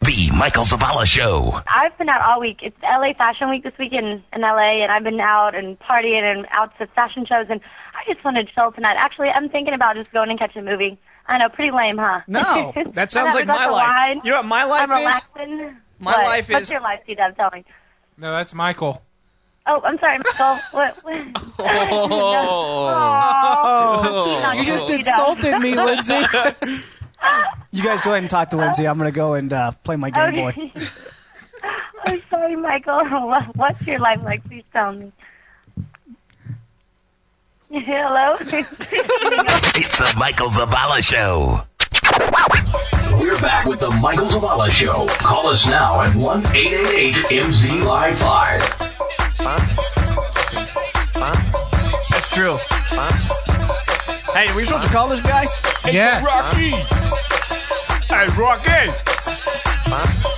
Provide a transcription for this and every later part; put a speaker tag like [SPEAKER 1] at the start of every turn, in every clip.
[SPEAKER 1] The Michael Zavala Show.
[SPEAKER 2] I've been out all week. It's LA Fashion Week this weekend in LA, and I've been out and partying and out to fashion shows, and I just wanted to chill tonight. Actually, I'm thinking about just going and catching a movie. I know, pretty lame, huh?
[SPEAKER 3] No, that sounds
[SPEAKER 2] I'm
[SPEAKER 3] like
[SPEAKER 2] having a
[SPEAKER 3] my
[SPEAKER 2] glass of
[SPEAKER 3] life.
[SPEAKER 2] wine.
[SPEAKER 3] You know what my life
[SPEAKER 2] I'm
[SPEAKER 3] is?
[SPEAKER 2] relaxing.
[SPEAKER 3] My
[SPEAKER 2] What?
[SPEAKER 3] life
[SPEAKER 2] What's
[SPEAKER 3] is-
[SPEAKER 2] your life, Steve? I'm telling.
[SPEAKER 4] No, that's Michael.
[SPEAKER 2] Oh, I'm sorry, Michael. what? what? Oh.
[SPEAKER 5] You just insulted me, Lindsay.
[SPEAKER 6] You guys go ahead and talk to Lindsay. I'm going to go and uh, play my Game Boy.
[SPEAKER 2] Okay. I'm sorry, Michael. What- What's your life like? Please tell me. Hello?
[SPEAKER 1] It's the Michael Zavala Show.
[SPEAKER 7] We're back with the Michael Zavala Show. Call us now at 1 888 MZ Live 5.
[SPEAKER 3] That's true. Hey, are we supposed to call this guy?
[SPEAKER 4] Yes.
[SPEAKER 3] Rocky. Hey, Rocky.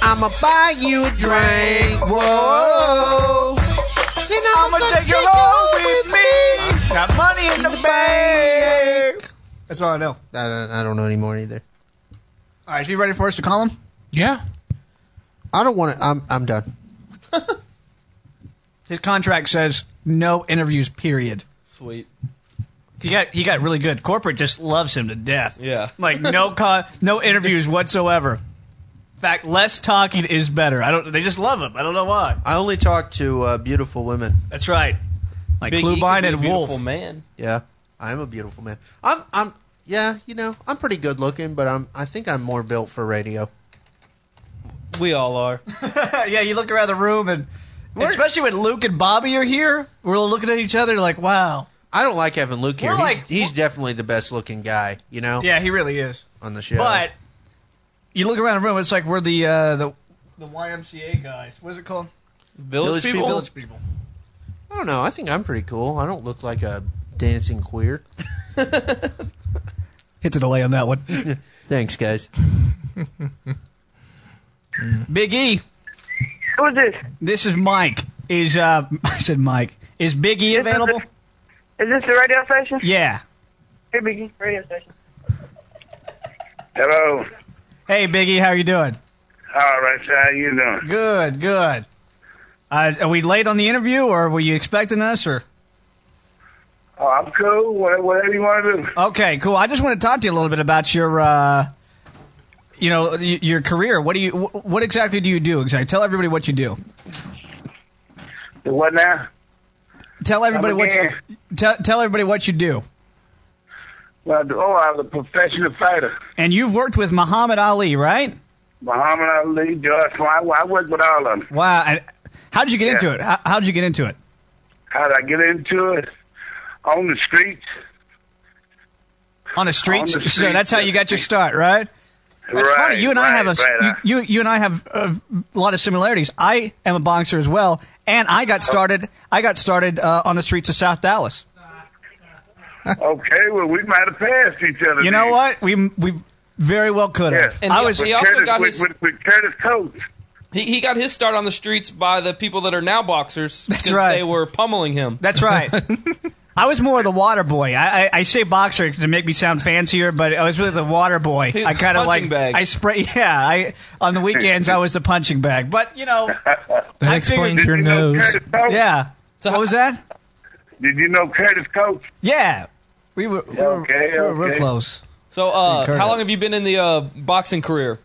[SPEAKER 5] I'ma buy you a drink. Whoa. And
[SPEAKER 3] I'm gonna take you home with me. Got money in the bank. That's all I know.
[SPEAKER 5] I don't, I don't know anymore either.
[SPEAKER 3] All right, is he ready for us to call him?
[SPEAKER 4] Yeah.
[SPEAKER 5] I don't want to. I'm, I'm done.
[SPEAKER 3] His contract says no interviews. Period.
[SPEAKER 8] Sweet.
[SPEAKER 3] He got he got really good. Corporate just loves him to death.
[SPEAKER 8] Yeah.
[SPEAKER 3] like no con, no interviews whatsoever. In fact, less talking is better. I don't. They just love him. I don't know why.
[SPEAKER 5] I only talk to uh, beautiful women.
[SPEAKER 3] That's right. Like
[SPEAKER 8] Big E could
[SPEAKER 3] Klubine
[SPEAKER 8] be a
[SPEAKER 3] and
[SPEAKER 8] beautiful
[SPEAKER 3] Wolf.
[SPEAKER 8] man.
[SPEAKER 5] Yeah, I'm a beautiful man. I'm. I'm. Yeah, you know, I'm pretty good looking, but I'm. I think I'm more built for radio.
[SPEAKER 8] We all are.
[SPEAKER 3] yeah, you look around the room and especially when Luke and Bobby are here, we're all looking at each other like, "Wow."
[SPEAKER 5] I don't like having Luke here.
[SPEAKER 3] We're
[SPEAKER 5] He's,
[SPEAKER 3] like-
[SPEAKER 5] he's definitely the best looking guy. You know.
[SPEAKER 3] Yeah, he really is.
[SPEAKER 5] On the show.
[SPEAKER 3] But you look around the room, it's like we're the uh, the the YMCA guys. What is it called?
[SPEAKER 8] Village,
[SPEAKER 5] Village people.
[SPEAKER 8] people.
[SPEAKER 3] Village people.
[SPEAKER 5] I don't know. I think I'm pretty cool. I don't look like a dancing queer.
[SPEAKER 3] Hit the delay on that one.
[SPEAKER 5] Thanks, guys.
[SPEAKER 3] Big E,
[SPEAKER 9] Who's this?
[SPEAKER 3] this is Mike. Is uh, I said Mike. Is Big E available?
[SPEAKER 9] Is this the radio station?
[SPEAKER 3] Yeah.
[SPEAKER 9] Hey, Biggie, radio station. Hello.
[SPEAKER 3] Hey, Big E, how you doing?
[SPEAKER 9] All right, so how you doing?
[SPEAKER 3] Good, good. Uh, are we late on the interview, or were you expecting us? Or
[SPEAKER 9] Oh, I'm cool. Whatever, whatever you want to do.
[SPEAKER 3] okay, cool. I just want to talk to you a little bit about your, uh, you know, y- your career. What do you? wh- What exactly do you do? Exactly. Tell everybody what you do.
[SPEAKER 9] The what now?
[SPEAKER 3] Tell everybody
[SPEAKER 9] Come
[SPEAKER 3] what. You, tell tell everybody what you do.
[SPEAKER 9] Well, the- oh, I was a professional fighter.
[SPEAKER 3] And you've worked with Muhammad Ali, right?
[SPEAKER 9] Muhammad Ali, George Foreman. I worked with all of them.
[SPEAKER 3] Wow. And how did you get
[SPEAKER 9] Yeah.
[SPEAKER 3] into it? How, how did you get into it?
[SPEAKER 9] How did I get into it? On the streets.
[SPEAKER 3] On the streets.
[SPEAKER 9] On the
[SPEAKER 3] so that's
[SPEAKER 9] streets,
[SPEAKER 3] how you got your start, right? That's
[SPEAKER 9] right,
[SPEAKER 3] funny. You and I have a s-
[SPEAKER 9] right, right.
[SPEAKER 3] you, you you and I have a, a lot of similarities. I am a boxer as well, and I got started. I got started uh, on the streets of South Dallas.
[SPEAKER 9] okay, well, we might have passed each other.
[SPEAKER 3] You know
[SPEAKER 9] then.
[SPEAKER 3] what? We we very well could
[SPEAKER 9] Yeah.
[SPEAKER 3] have.
[SPEAKER 9] And
[SPEAKER 3] I
[SPEAKER 8] the-
[SPEAKER 3] was
[SPEAKER 8] He
[SPEAKER 9] With
[SPEAKER 8] also
[SPEAKER 9] Curtis,
[SPEAKER 8] got
[SPEAKER 9] with,
[SPEAKER 8] his-
[SPEAKER 9] with, with Curtis Coates.
[SPEAKER 8] He, he got his start on the streets by the people that are now boxers. because
[SPEAKER 3] right.
[SPEAKER 8] They were pummeling him.
[SPEAKER 3] That's right. I was more the water boy. I, I, I say boxer to make me sound fancier, but I was really the water boy.
[SPEAKER 8] He's
[SPEAKER 3] I kind of
[SPEAKER 8] punching
[SPEAKER 3] like
[SPEAKER 8] bag.
[SPEAKER 3] I spray. Yeah, I on the weekends I was the punching bag. But you know,
[SPEAKER 4] That
[SPEAKER 3] I
[SPEAKER 4] explains
[SPEAKER 9] Did
[SPEAKER 4] your
[SPEAKER 9] you know
[SPEAKER 4] nose.
[SPEAKER 9] Curtis Coates?
[SPEAKER 3] yeah. What was that?
[SPEAKER 9] Did you know Curtis Coates?
[SPEAKER 3] Yeah, we were we were,
[SPEAKER 9] Okay,
[SPEAKER 3] we were real
[SPEAKER 9] okay.
[SPEAKER 3] close.
[SPEAKER 8] So, uh,
[SPEAKER 3] Curtis.
[SPEAKER 8] how long have you been in the uh, boxing career?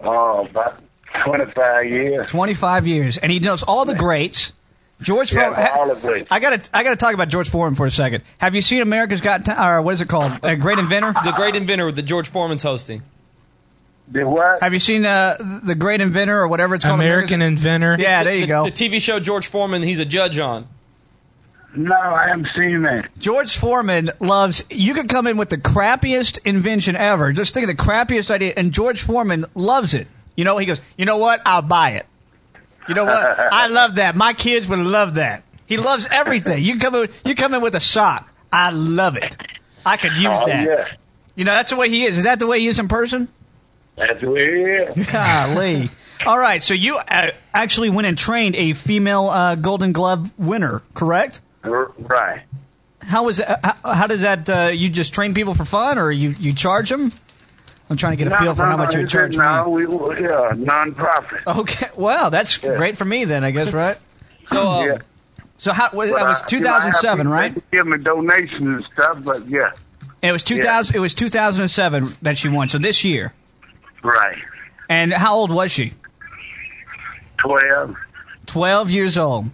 [SPEAKER 9] Oh, about 25 years.
[SPEAKER 3] 25 years, and he knows all the greats. George
[SPEAKER 9] Yeah,
[SPEAKER 3] Foreman.
[SPEAKER 9] all the greats.
[SPEAKER 3] I gotta, I gotta talk about George Foreman for a second. Have you seen America's Got Ta- or what is it called? A Great Inventor.
[SPEAKER 8] The Great Inventor that George Foreman's hosting.
[SPEAKER 9] Did what?
[SPEAKER 3] Have you seen uh, the Great Inventor or whatever it's called?
[SPEAKER 4] American
[SPEAKER 3] America's-
[SPEAKER 4] inventor.
[SPEAKER 3] Yeah, there you
[SPEAKER 8] the,
[SPEAKER 3] go.
[SPEAKER 8] The TV show George Foreman, he's a judge on.
[SPEAKER 9] No, I haven't seen that.
[SPEAKER 3] George Foreman loves. You could come in with the crappiest invention ever. Just think of the crappiest idea, and George Foreman loves it. You know, he goes, you know what? I'll buy it. You know what? I love that. My kids would love that. He loves everything. You come in, you come in with a sock. I love it. I could use
[SPEAKER 9] Oh,
[SPEAKER 3] that.
[SPEAKER 9] yeah.
[SPEAKER 3] You know, that's the way he is. Is that the way he is in person?
[SPEAKER 9] That's the way it is.
[SPEAKER 3] Golly. All right. So you uh, actually went and trained a female uh, Golden Glove winner, correct?
[SPEAKER 9] R- right.
[SPEAKER 3] How was uh, how, how does that? Uh, you just train people for fun, or you you charge them? I'm trying to get a
[SPEAKER 9] No,
[SPEAKER 3] feel for
[SPEAKER 9] no,
[SPEAKER 3] how
[SPEAKER 9] no,
[SPEAKER 3] much you would
[SPEAKER 9] said
[SPEAKER 3] charge
[SPEAKER 9] No,
[SPEAKER 3] me. Oh,
[SPEAKER 9] we were- yeah, non-profit.
[SPEAKER 3] Okay, well, that's great for me then, I guess, right?
[SPEAKER 8] So, um,
[SPEAKER 9] yeah.
[SPEAKER 3] So how well,
[SPEAKER 9] But
[SPEAKER 3] that was
[SPEAKER 9] I- you know, I have
[SPEAKER 3] 2007,
[SPEAKER 9] people
[SPEAKER 3] right?
[SPEAKER 9] that Give me donations and stuff, but yeah,
[SPEAKER 3] It was 2000. It was 2007 that she won. So this year.
[SPEAKER 9] right.
[SPEAKER 3] And how old was she?
[SPEAKER 9] Twelve. uh-huh.
[SPEAKER 3] 12 years old.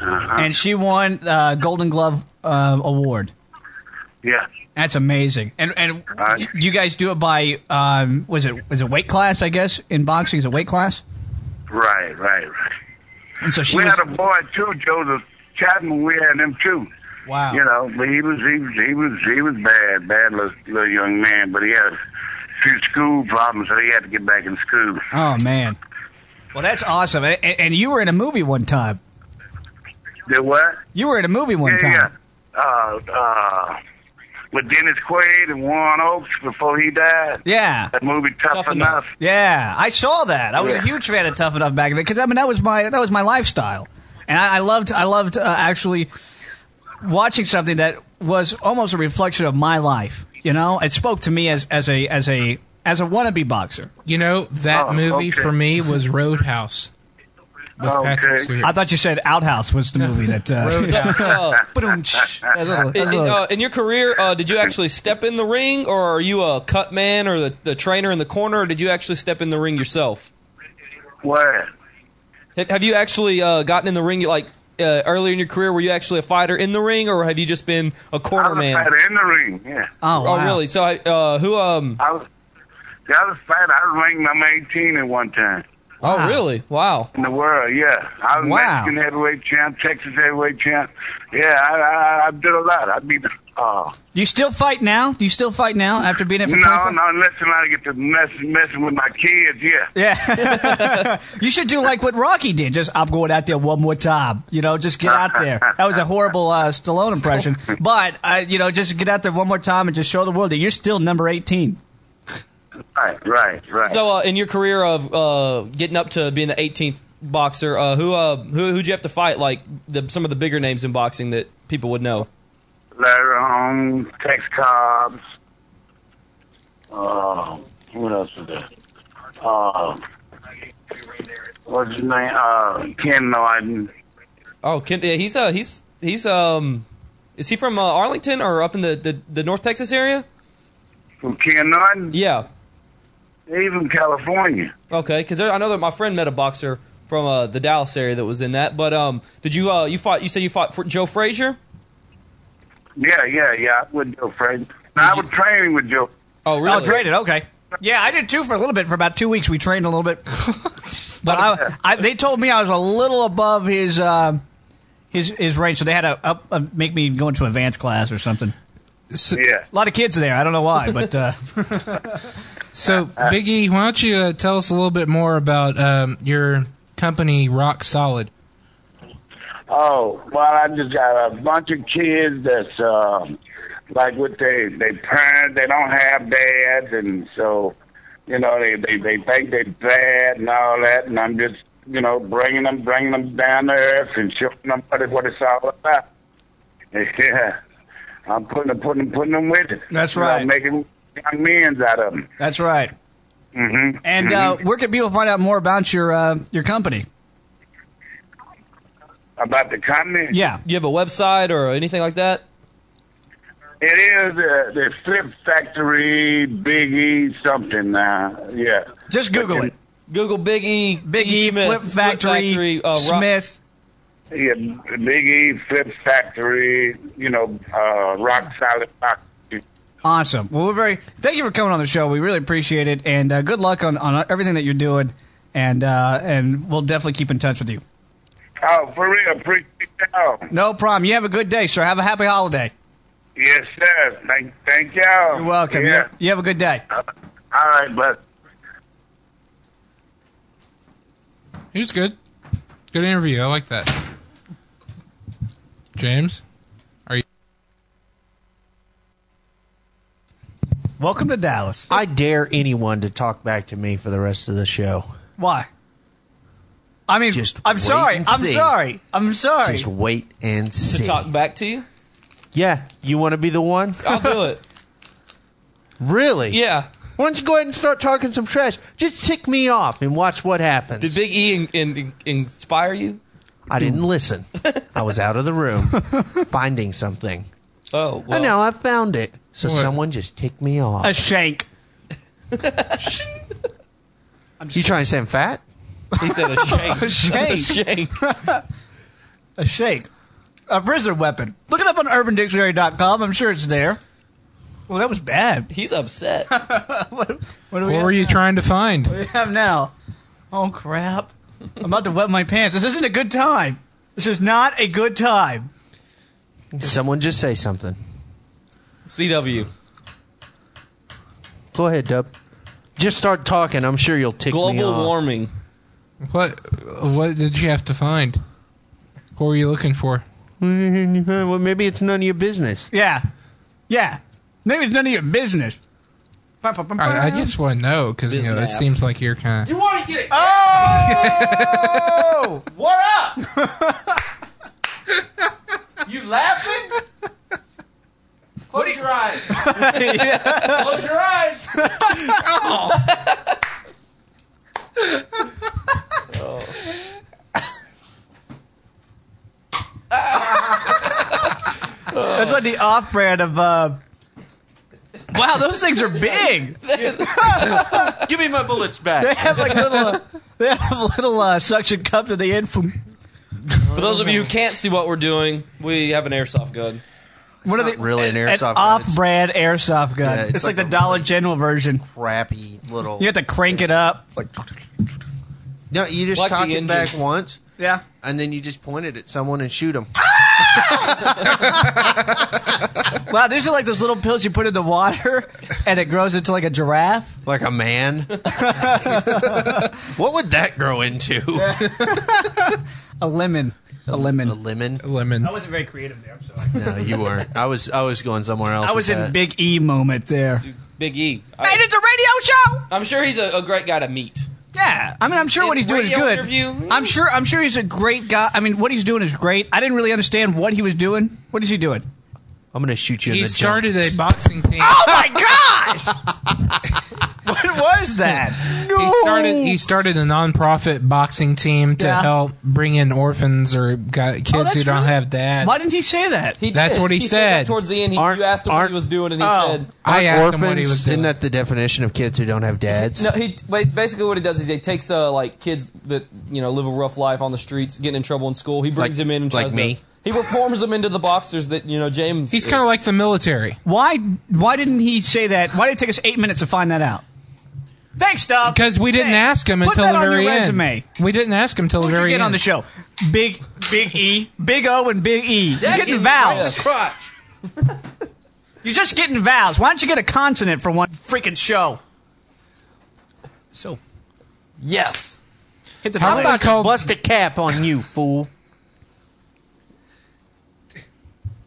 [SPEAKER 3] And she won uh, Golden Glove uh, award.
[SPEAKER 9] Yeah.
[SPEAKER 3] That's amazing. And and
[SPEAKER 9] Right.
[SPEAKER 3] do you guys do it by um, was it was it weight class? I guess in boxing is a weight class.
[SPEAKER 9] Right. Right. Right.
[SPEAKER 3] And so she
[SPEAKER 9] we
[SPEAKER 3] was
[SPEAKER 9] had a boy too, Joseph Chapman. We had him too.
[SPEAKER 3] wow.
[SPEAKER 9] You know, but he was he was he was he was bad, bad little, little young man. But he had a few school problems, so he had to get back in school.
[SPEAKER 3] Oh man. Well, that's awesome. And, and you were in a movie one time.
[SPEAKER 9] Did what?
[SPEAKER 3] You were in a movie one
[SPEAKER 9] Yeah,
[SPEAKER 3] time.
[SPEAKER 9] yeah. Uh, uh, with Dennis Quaid and Warren Oaks before he died.
[SPEAKER 3] Yeah.
[SPEAKER 9] That movie Tough,
[SPEAKER 8] Tough
[SPEAKER 9] Enough.
[SPEAKER 8] Enough.
[SPEAKER 3] Yeah, I saw that. I was a
[SPEAKER 9] Yeah.
[SPEAKER 3] huge fan of Tough Enough back then because I mean that was my that was my lifestyle, and I, I loved I loved uh, actually watching something that was almost a reflection of my life. You know, it spoke to me as as a as a as a wannabe boxer.
[SPEAKER 4] You know that
[SPEAKER 9] Oh,
[SPEAKER 4] movie
[SPEAKER 9] okay.
[SPEAKER 4] for me was Roadhouse with
[SPEAKER 9] Okay.
[SPEAKER 4] Patrick Stewart.
[SPEAKER 3] I thought you said Outhouse was the movie that. Uh,
[SPEAKER 8] so, uh,
[SPEAKER 3] Ba-dum-tsh. That was a little- that was
[SPEAKER 8] in,
[SPEAKER 3] a little-
[SPEAKER 8] uh, in your career, uh, did you actually step in the ring, or are you a cut man or the, the trainer in the corner, or did you actually step in the ring yourself?
[SPEAKER 9] What?
[SPEAKER 8] Ha- Have you actually uh, gotten in the ring like uh, earlier in your career? Were you actually a fighter in the ring, or have you just been a
[SPEAKER 9] I
[SPEAKER 8] corner
[SPEAKER 9] was
[SPEAKER 8] man?
[SPEAKER 9] fighter in the ring. Yeah.
[SPEAKER 3] oh,
[SPEAKER 8] Oh,
[SPEAKER 3] wow.
[SPEAKER 8] really? So, I- uh, who? Um,
[SPEAKER 9] I was. Yeah, I was fighter. I was ranked number eighteen at one time.
[SPEAKER 3] Wow.
[SPEAKER 8] Oh, really? Wow.
[SPEAKER 9] in the world. Yeah, I was
[SPEAKER 3] Wow.
[SPEAKER 9] Mexican heavyweight champ, Texas heavyweight champ. Yeah, I, I, I did a lot. I beat. Uh,
[SPEAKER 3] Do you still fight now? Do you still fight now after being in for
[SPEAKER 9] no,
[SPEAKER 3] 25?
[SPEAKER 9] no, unless I get to mess messing with my kids. Yeah,
[SPEAKER 3] Yeah. you should do like what Rocky did. Just, I'm going out there one more time. You know, just get out there. That was a horrible uh, Stallone impression. But, uh, you know, just get out there one more time and just show the world that you're still number 18.
[SPEAKER 9] right, right, right.
[SPEAKER 8] So, uh, in your career of uh, getting up to being the 18th boxer, uh, who uh, who who'd you have to fight? Like the, some of the bigger names in boxing that people would know.
[SPEAKER 9] Larry Holmes, Tex Cobbs. Uh, what else was there? Uh, what's his name? Uh, Ken Norton.
[SPEAKER 8] Oh, Ken, yeah, he's uh, he's he's um, is he from uh, Arlington or up in the, the the North Texas area?
[SPEAKER 9] From Ken Norton,
[SPEAKER 8] Yeah.
[SPEAKER 9] he's from California.
[SPEAKER 8] Okay, because I know that my friend met a boxer from uh, the Dallas area that was in that. But um, did you uh, you fought? You said you fought for Joe Frazier.
[SPEAKER 9] Yeah, yeah, yeah. I would Joe Frazier. I was training with Joe
[SPEAKER 8] Oh, really?
[SPEAKER 3] Oh, traded. Okay. Yeah, I did too for a little bit. For about two weeks, we trained a little bit. but I, I, they told me I was a little above his. Uh, his, his range, so they had to up, uh, make me go into advanced class or something.
[SPEAKER 9] Yeah.
[SPEAKER 3] A lot of kids there. I don't know why, but uh,
[SPEAKER 4] So, Biggie, why don't you uh, tell us a little bit more about um, your company, Rock Solid?
[SPEAKER 9] Oh, well, I just got a bunch of kids that's um like with their they parents. They don't have dads, and so you know they they they think they're bad and all that. And I'm just you know bringing them bringing them down to earth and showing them what it, what it's all about. Yeah, I'm putting them putting them putting them with it.
[SPEAKER 3] That's
[SPEAKER 9] You know,
[SPEAKER 3] right.
[SPEAKER 9] making young men's out of them.
[SPEAKER 3] that's right. Mm-hmm. And uh, where can people find out more about your uh, your company?
[SPEAKER 9] About the company.
[SPEAKER 3] uh, Yeah.
[SPEAKER 8] You have a website or anything like that?
[SPEAKER 9] It is uh, the Flip Factory Biggie something now. Yeah.
[SPEAKER 3] Just Google it.
[SPEAKER 8] Google Big E,
[SPEAKER 3] Big E,
[SPEAKER 8] Smith,
[SPEAKER 3] Flip Factory,
[SPEAKER 8] uh, Rock-
[SPEAKER 3] Smith.
[SPEAKER 9] Yeah, Big E, Flip Factory, you know, uh, Rock Solid Rock.
[SPEAKER 3] Awesome. Well, we're very thank you for coming on the show. We really appreciate it, and uh, good luck on, on everything that you're doing. And uh, and we'll definitely keep in touch with you.
[SPEAKER 9] Oh, for real, appreciate y'all.
[SPEAKER 3] No problem. You have a good day, sir. Have a happy holiday.
[SPEAKER 9] Yes, sir. Thank, thank y'all.
[SPEAKER 3] You're welcome. You-
[SPEAKER 9] Yeah.
[SPEAKER 3] You have a good day.
[SPEAKER 9] All right, but
[SPEAKER 4] He was good. Good interview. I like that. James?
[SPEAKER 3] Welcome to Dallas.
[SPEAKER 5] I dare anyone to talk back to me for the rest of the show.
[SPEAKER 3] Why? I mean,
[SPEAKER 5] Just
[SPEAKER 3] I'm
[SPEAKER 5] wait
[SPEAKER 3] sorry.
[SPEAKER 5] and
[SPEAKER 3] I'm
[SPEAKER 5] see.
[SPEAKER 3] sorry. I'm sorry.
[SPEAKER 5] Just wait and
[SPEAKER 8] to
[SPEAKER 5] see.
[SPEAKER 8] talk back to you.
[SPEAKER 5] Yeah, you want to be the one?
[SPEAKER 8] I'll do it.
[SPEAKER 5] Really?
[SPEAKER 8] Yeah.
[SPEAKER 5] Why don't you go ahead and start talking some trash? Just tick me off and watch what happens.
[SPEAKER 8] Did Big E in, in, in- inspire you?
[SPEAKER 5] I didn't listen. I was out of the room finding something.
[SPEAKER 8] Oh,
[SPEAKER 5] I
[SPEAKER 8] well.
[SPEAKER 5] know I found it. So
[SPEAKER 4] What?
[SPEAKER 5] someone just ticked me off.
[SPEAKER 3] A shank.
[SPEAKER 5] you trying to say I'm fat?
[SPEAKER 8] He said a shank.
[SPEAKER 3] A shank.
[SPEAKER 8] A shank.
[SPEAKER 3] A shake. A wizard weapon. Look it up on urbandictionary.com. I'm sure it's there. Well, that was bad.
[SPEAKER 8] He's upset.
[SPEAKER 3] What do we
[SPEAKER 4] What were
[SPEAKER 3] have?
[SPEAKER 4] you trying to find?
[SPEAKER 3] we have now? Oh, crap. I'm about to wet my pants. This isn't a good time. This is not a good time.
[SPEAKER 5] Someone just say something.
[SPEAKER 8] CW.
[SPEAKER 5] Go ahead, Dub. Just start talking. I'm sure you'll tick me
[SPEAKER 8] Global
[SPEAKER 5] off.
[SPEAKER 8] warming.
[SPEAKER 4] What What did you have to find? What were you looking for?
[SPEAKER 5] well, maybe it's none of your business.
[SPEAKER 3] Yeah. Yeah. Maybe it's none of your business. Bum, bum, bum, bum.
[SPEAKER 4] I, I just want to know because you know it
[SPEAKER 8] Business.
[SPEAKER 4] seems like you're kind of.
[SPEAKER 5] Oh! what up? you laughing? Close your eyes. Close your eyes.
[SPEAKER 3] That's like the off brand of. Uh... Wow, those things are big.
[SPEAKER 5] Give me my bullets back.
[SPEAKER 3] They have like little. Uh, they have little uh, suction cups at the end from.
[SPEAKER 8] For those of you who can't see what we're doing, we have an airsoft gun.
[SPEAKER 3] What
[SPEAKER 5] not really an airsoft gun, it's-
[SPEAKER 3] off-brand airsoft gun.
[SPEAKER 5] Yeah,
[SPEAKER 3] it's,
[SPEAKER 5] it's
[SPEAKER 3] like,
[SPEAKER 5] like
[SPEAKER 3] the
[SPEAKER 5] a
[SPEAKER 3] Dollar
[SPEAKER 5] really-
[SPEAKER 3] General version.
[SPEAKER 5] Crappy little.
[SPEAKER 3] You have to crank it up. Like,
[SPEAKER 5] No, you just
[SPEAKER 8] Like
[SPEAKER 5] cock
[SPEAKER 8] the
[SPEAKER 5] it
[SPEAKER 8] engine.
[SPEAKER 5] back once,
[SPEAKER 3] yeah.
[SPEAKER 5] and then you just point it at someone and shoot them.
[SPEAKER 3] Wow, these are like those little pills you put in the water, and it grows into like a giraffe.
[SPEAKER 5] Like a man. what would that grow into?
[SPEAKER 3] A lemon. A
[SPEAKER 5] A
[SPEAKER 3] lemon.
[SPEAKER 5] lemon?
[SPEAKER 4] Lemon.
[SPEAKER 3] wasn't very creative there. I'm sorry.
[SPEAKER 5] No, you weren't. I was. I was going somewhere else.
[SPEAKER 3] I was
[SPEAKER 5] with
[SPEAKER 3] in
[SPEAKER 5] that.
[SPEAKER 3] Big E moment there.
[SPEAKER 8] Big E.
[SPEAKER 3] And
[SPEAKER 8] I,
[SPEAKER 3] it's a radio show.
[SPEAKER 8] I'm sure he's a, a great guy to meet.
[SPEAKER 3] Yeah, I mean, I'm sure what he's doing is
[SPEAKER 8] Radio
[SPEAKER 3] good.
[SPEAKER 8] interview.
[SPEAKER 3] I'm sure, I'm sure he's a great guy. I mean, what he's doing is great. I didn't really understand what he was doing. What is he doing?
[SPEAKER 5] I'm gonna shoot you.
[SPEAKER 4] He
[SPEAKER 5] in the junk.
[SPEAKER 4] started a boxing team.
[SPEAKER 3] Oh my gosh! what was that? No.
[SPEAKER 4] He started. He started a nonprofit boxing team to
[SPEAKER 3] Yeah. Oh,
[SPEAKER 4] help bring in orphans or got kids
[SPEAKER 3] that's
[SPEAKER 4] who don't
[SPEAKER 3] really-
[SPEAKER 4] have dads.
[SPEAKER 3] Why didn't he say that?
[SPEAKER 8] He
[SPEAKER 4] That's
[SPEAKER 8] did.
[SPEAKER 4] what he
[SPEAKER 8] that
[SPEAKER 4] said.
[SPEAKER 8] towards the end, he,
[SPEAKER 5] Aren't-
[SPEAKER 8] you asked him what he
[SPEAKER 5] aren't-
[SPEAKER 8] was doing, and he
[SPEAKER 3] Oh.
[SPEAKER 8] said.
[SPEAKER 4] I asked
[SPEAKER 5] orphans?
[SPEAKER 4] him what he was doing.
[SPEAKER 5] Isn't that the definition of kids who don't have dads?
[SPEAKER 8] No, he bas- basically what he does is he takes uh, like kids that you know live a rough life on the streets, getting in trouble in school. He brings
[SPEAKER 5] Like-
[SPEAKER 8] them in and
[SPEAKER 5] like
[SPEAKER 8] tries
[SPEAKER 5] me?
[SPEAKER 8] To, he reforms them into the boxers that you know James.
[SPEAKER 4] He's kind of like the military.
[SPEAKER 3] Why? Why didn't he say that? Why did it take us eight minutes to find that out? Thanks, Doug.
[SPEAKER 4] Because we didn't
[SPEAKER 3] Thanks.
[SPEAKER 4] ask him
[SPEAKER 3] Put
[SPEAKER 4] until
[SPEAKER 3] that
[SPEAKER 4] the
[SPEAKER 3] on your
[SPEAKER 4] very end.
[SPEAKER 3] resume.
[SPEAKER 4] We didn't ask him until the
[SPEAKER 3] Who'd you
[SPEAKER 4] very
[SPEAKER 3] get
[SPEAKER 4] end.
[SPEAKER 3] on the show? Big, Big E, Big O, and Big E. You're getting vowels. You're just getting vowels. Why don't you get a consonant for one freaking show? So
[SPEAKER 8] yes.
[SPEAKER 3] hit the.
[SPEAKER 4] How about called?
[SPEAKER 5] Bust a cap on you, fool.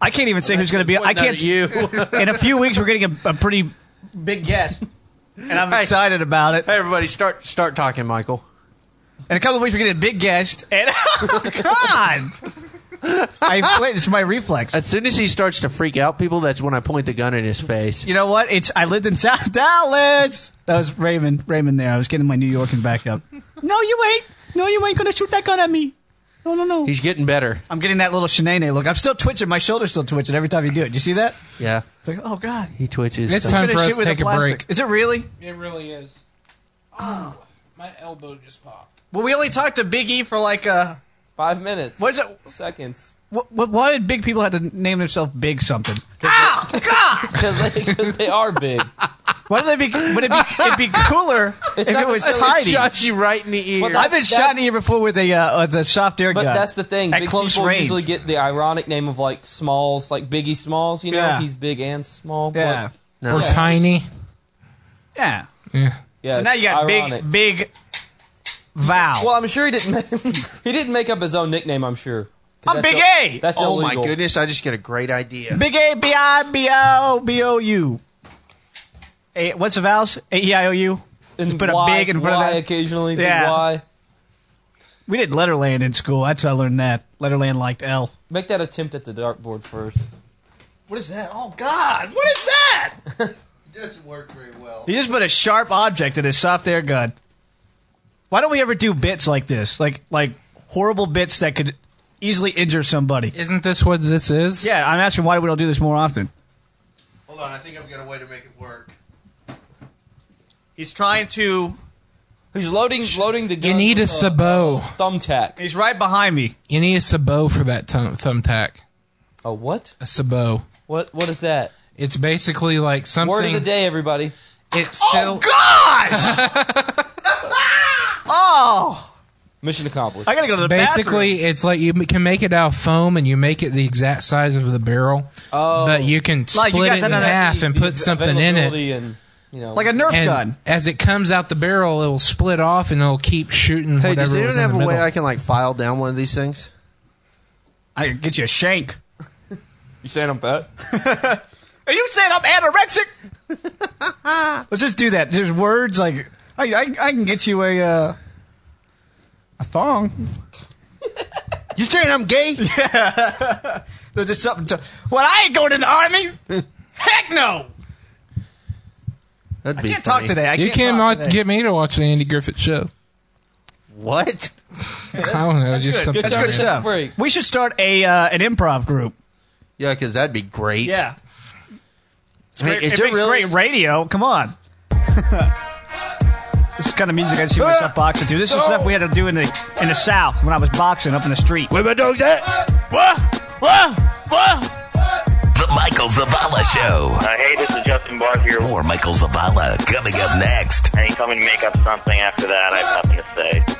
[SPEAKER 3] I can't even say who's going to be. I can't.
[SPEAKER 5] You.
[SPEAKER 3] In a few weeks, we're getting a, a pretty big guest, and I'm excited about it.
[SPEAKER 5] Hey, everybody, start start talking, Michael.
[SPEAKER 3] In a couple of weeks, we're getting a big guest, and oh god! I wait. It's my reflex.
[SPEAKER 5] As soon as he starts to freak out people, that's when I point the gun in his face.
[SPEAKER 3] You know what? It's I lived in South Dallas. That was Raymond. Raymond there. I was getting my New York and back up. No, you ain't. No, you ain't gonna shoot that gun at me. No, no, no.
[SPEAKER 5] He's getting better.
[SPEAKER 3] I'm getting that little shenane look. I'm still twitching. My shoulder's still twitching every time you do it. You see that?
[SPEAKER 5] Yeah,
[SPEAKER 3] It's like, oh god.
[SPEAKER 5] he twitches.
[SPEAKER 4] It's time
[SPEAKER 3] Gonna
[SPEAKER 4] for us
[SPEAKER 3] shoot
[SPEAKER 4] to
[SPEAKER 3] with
[SPEAKER 4] take a
[SPEAKER 3] plastic.
[SPEAKER 4] break.
[SPEAKER 3] Is it really?
[SPEAKER 4] It really is. Oh, My elbow just popped.
[SPEAKER 3] Well, we only talked to Big E for like uh,
[SPEAKER 8] Five minutes.
[SPEAKER 3] what is it?
[SPEAKER 8] Seconds.
[SPEAKER 3] What, what, why did big people have to name themselves Big something?
[SPEAKER 8] Because they, 'cause they are big.
[SPEAKER 3] Why do they be? Would it be? It'd be cooler if
[SPEAKER 8] not
[SPEAKER 3] it was
[SPEAKER 8] necessarily
[SPEAKER 3] tidy.
[SPEAKER 5] Shot you right in the ear.
[SPEAKER 8] Well,
[SPEAKER 3] I've been shot in the
[SPEAKER 8] That's-
[SPEAKER 3] ear before with a uh, with a soft air
[SPEAKER 8] But
[SPEAKER 3] gun.
[SPEAKER 8] that's the thing.
[SPEAKER 3] At
[SPEAKER 8] Big
[SPEAKER 3] close
[SPEAKER 8] people
[SPEAKER 3] range.
[SPEAKER 8] usually get the ironic name of like Smalls, like Biggie Smalls. You know,
[SPEAKER 3] Yeah.
[SPEAKER 8] he's big and small. but-
[SPEAKER 3] yeah,
[SPEAKER 5] No.
[SPEAKER 4] Or tiny.
[SPEAKER 3] yeah.
[SPEAKER 4] Yeah.
[SPEAKER 8] yeah.
[SPEAKER 3] So now
[SPEAKER 8] it's
[SPEAKER 3] you got
[SPEAKER 8] ironic.
[SPEAKER 3] big, big vow.
[SPEAKER 8] Well, I'm sure he didn't. he didn't make up his own nickname. I'm sure. 'Cause
[SPEAKER 3] I'm
[SPEAKER 8] that's
[SPEAKER 3] Big
[SPEAKER 8] ill-
[SPEAKER 3] A!
[SPEAKER 8] That's
[SPEAKER 5] oh
[SPEAKER 8] illegal.
[SPEAKER 5] my goodness! I just get a great idea.
[SPEAKER 3] big A B I B O B O U. A, what's the vowels? A E I O U.
[SPEAKER 8] And
[SPEAKER 3] put a
[SPEAKER 8] why-
[SPEAKER 3] big in front of
[SPEAKER 8] why
[SPEAKER 3] that.
[SPEAKER 8] occasionally.
[SPEAKER 3] Yeah.
[SPEAKER 8] Why?
[SPEAKER 3] We did Letterland in school. That's how I learned that. Letterland liked L.
[SPEAKER 8] Make that attempt at the dartboard first.
[SPEAKER 3] What is that? Oh God! What is that?
[SPEAKER 5] doesn't work very well.
[SPEAKER 3] He just put a sharp object in his soft air gun. Why don't we ever do bits like this? Like like horrible bits that could easily injure somebody.
[SPEAKER 4] Isn't this what this is?
[SPEAKER 3] Yeah, I'm asking why we don't do this more often.
[SPEAKER 5] Hold on, I think I've got a way to make it work.
[SPEAKER 3] He's trying to
[SPEAKER 8] He's loading loading the gun.
[SPEAKER 4] You need a
[SPEAKER 8] with
[SPEAKER 4] sabot.
[SPEAKER 8] thumbtack.
[SPEAKER 3] He's right behind me.
[SPEAKER 4] You need a sabot for that thumb thumbtack.
[SPEAKER 8] A what?
[SPEAKER 4] A sabot.
[SPEAKER 8] What what is that?
[SPEAKER 4] It's basically like something.
[SPEAKER 8] Word of the day, everybody.
[SPEAKER 4] It
[SPEAKER 3] Oh,
[SPEAKER 4] fell.
[SPEAKER 8] Mission accomplished.
[SPEAKER 3] I gotta go to the
[SPEAKER 4] Basically, it's like you m- can make it out of foam, and you make it the exact size of the barrel.
[SPEAKER 8] Oh.
[SPEAKER 4] but you can
[SPEAKER 3] Like,
[SPEAKER 4] split
[SPEAKER 3] you got
[SPEAKER 4] it
[SPEAKER 3] that
[SPEAKER 4] in
[SPEAKER 3] on that-
[SPEAKER 4] half and
[SPEAKER 8] The
[SPEAKER 4] put something in it.
[SPEAKER 8] availability And, you know,
[SPEAKER 3] bathroom. like a Nerf
[SPEAKER 4] And
[SPEAKER 3] gun.
[SPEAKER 4] as it comes out the barrel, it will split off and it'll keep shooting
[SPEAKER 5] Hey, does
[SPEAKER 4] whatever
[SPEAKER 5] anyone
[SPEAKER 4] was in
[SPEAKER 5] have
[SPEAKER 4] the
[SPEAKER 5] a
[SPEAKER 4] middle.
[SPEAKER 5] way I can like file down one of these things?
[SPEAKER 3] I could get you a shank.
[SPEAKER 8] you saying I'm fat?
[SPEAKER 3] Are you saying I'm anorexic? Let's just do that. There's words like I I, I can get you a uh, a thong.
[SPEAKER 5] You saying I'm gay?
[SPEAKER 3] There's just something to. Well, I ain't going in the army. Heck no.
[SPEAKER 5] That'd
[SPEAKER 3] I
[SPEAKER 5] be
[SPEAKER 3] can't talk
[SPEAKER 5] funny.
[SPEAKER 3] today. I
[SPEAKER 4] you
[SPEAKER 3] can't talk
[SPEAKER 4] cannot
[SPEAKER 3] today.
[SPEAKER 4] get me to watch the Andy Griffith show.
[SPEAKER 5] What?
[SPEAKER 4] I don't know, just something.
[SPEAKER 3] That's good
[SPEAKER 8] Take a
[SPEAKER 3] stuff.
[SPEAKER 8] break.
[SPEAKER 3] We should start a uh, an improv group.
[SPEAKER 5] Yeah, because that'd be great. Hey,
[SPEAKER 3] It
[SPEAKER 5] is
[SPEAKER 3] makes
[SPEAKER 5] really?
[SPEAKER 3] great radio. Come on. this is kind of music I see myself boxing to. This is stuff we had to do in the in the South when I was boxing up in the street.
[SPEAKER 5] Women don't get.
[SPEAKER 3] What? What? What?
[SPEAKER 1] The Michael Zavala Show.
[SPEAKER 10] Uh, hey, this is Justin Barr here.
[SPEAKER 1] More Michael Zavala coming up next.
[SPEAKER 10] And you come and make up something after that. I have nothing to say.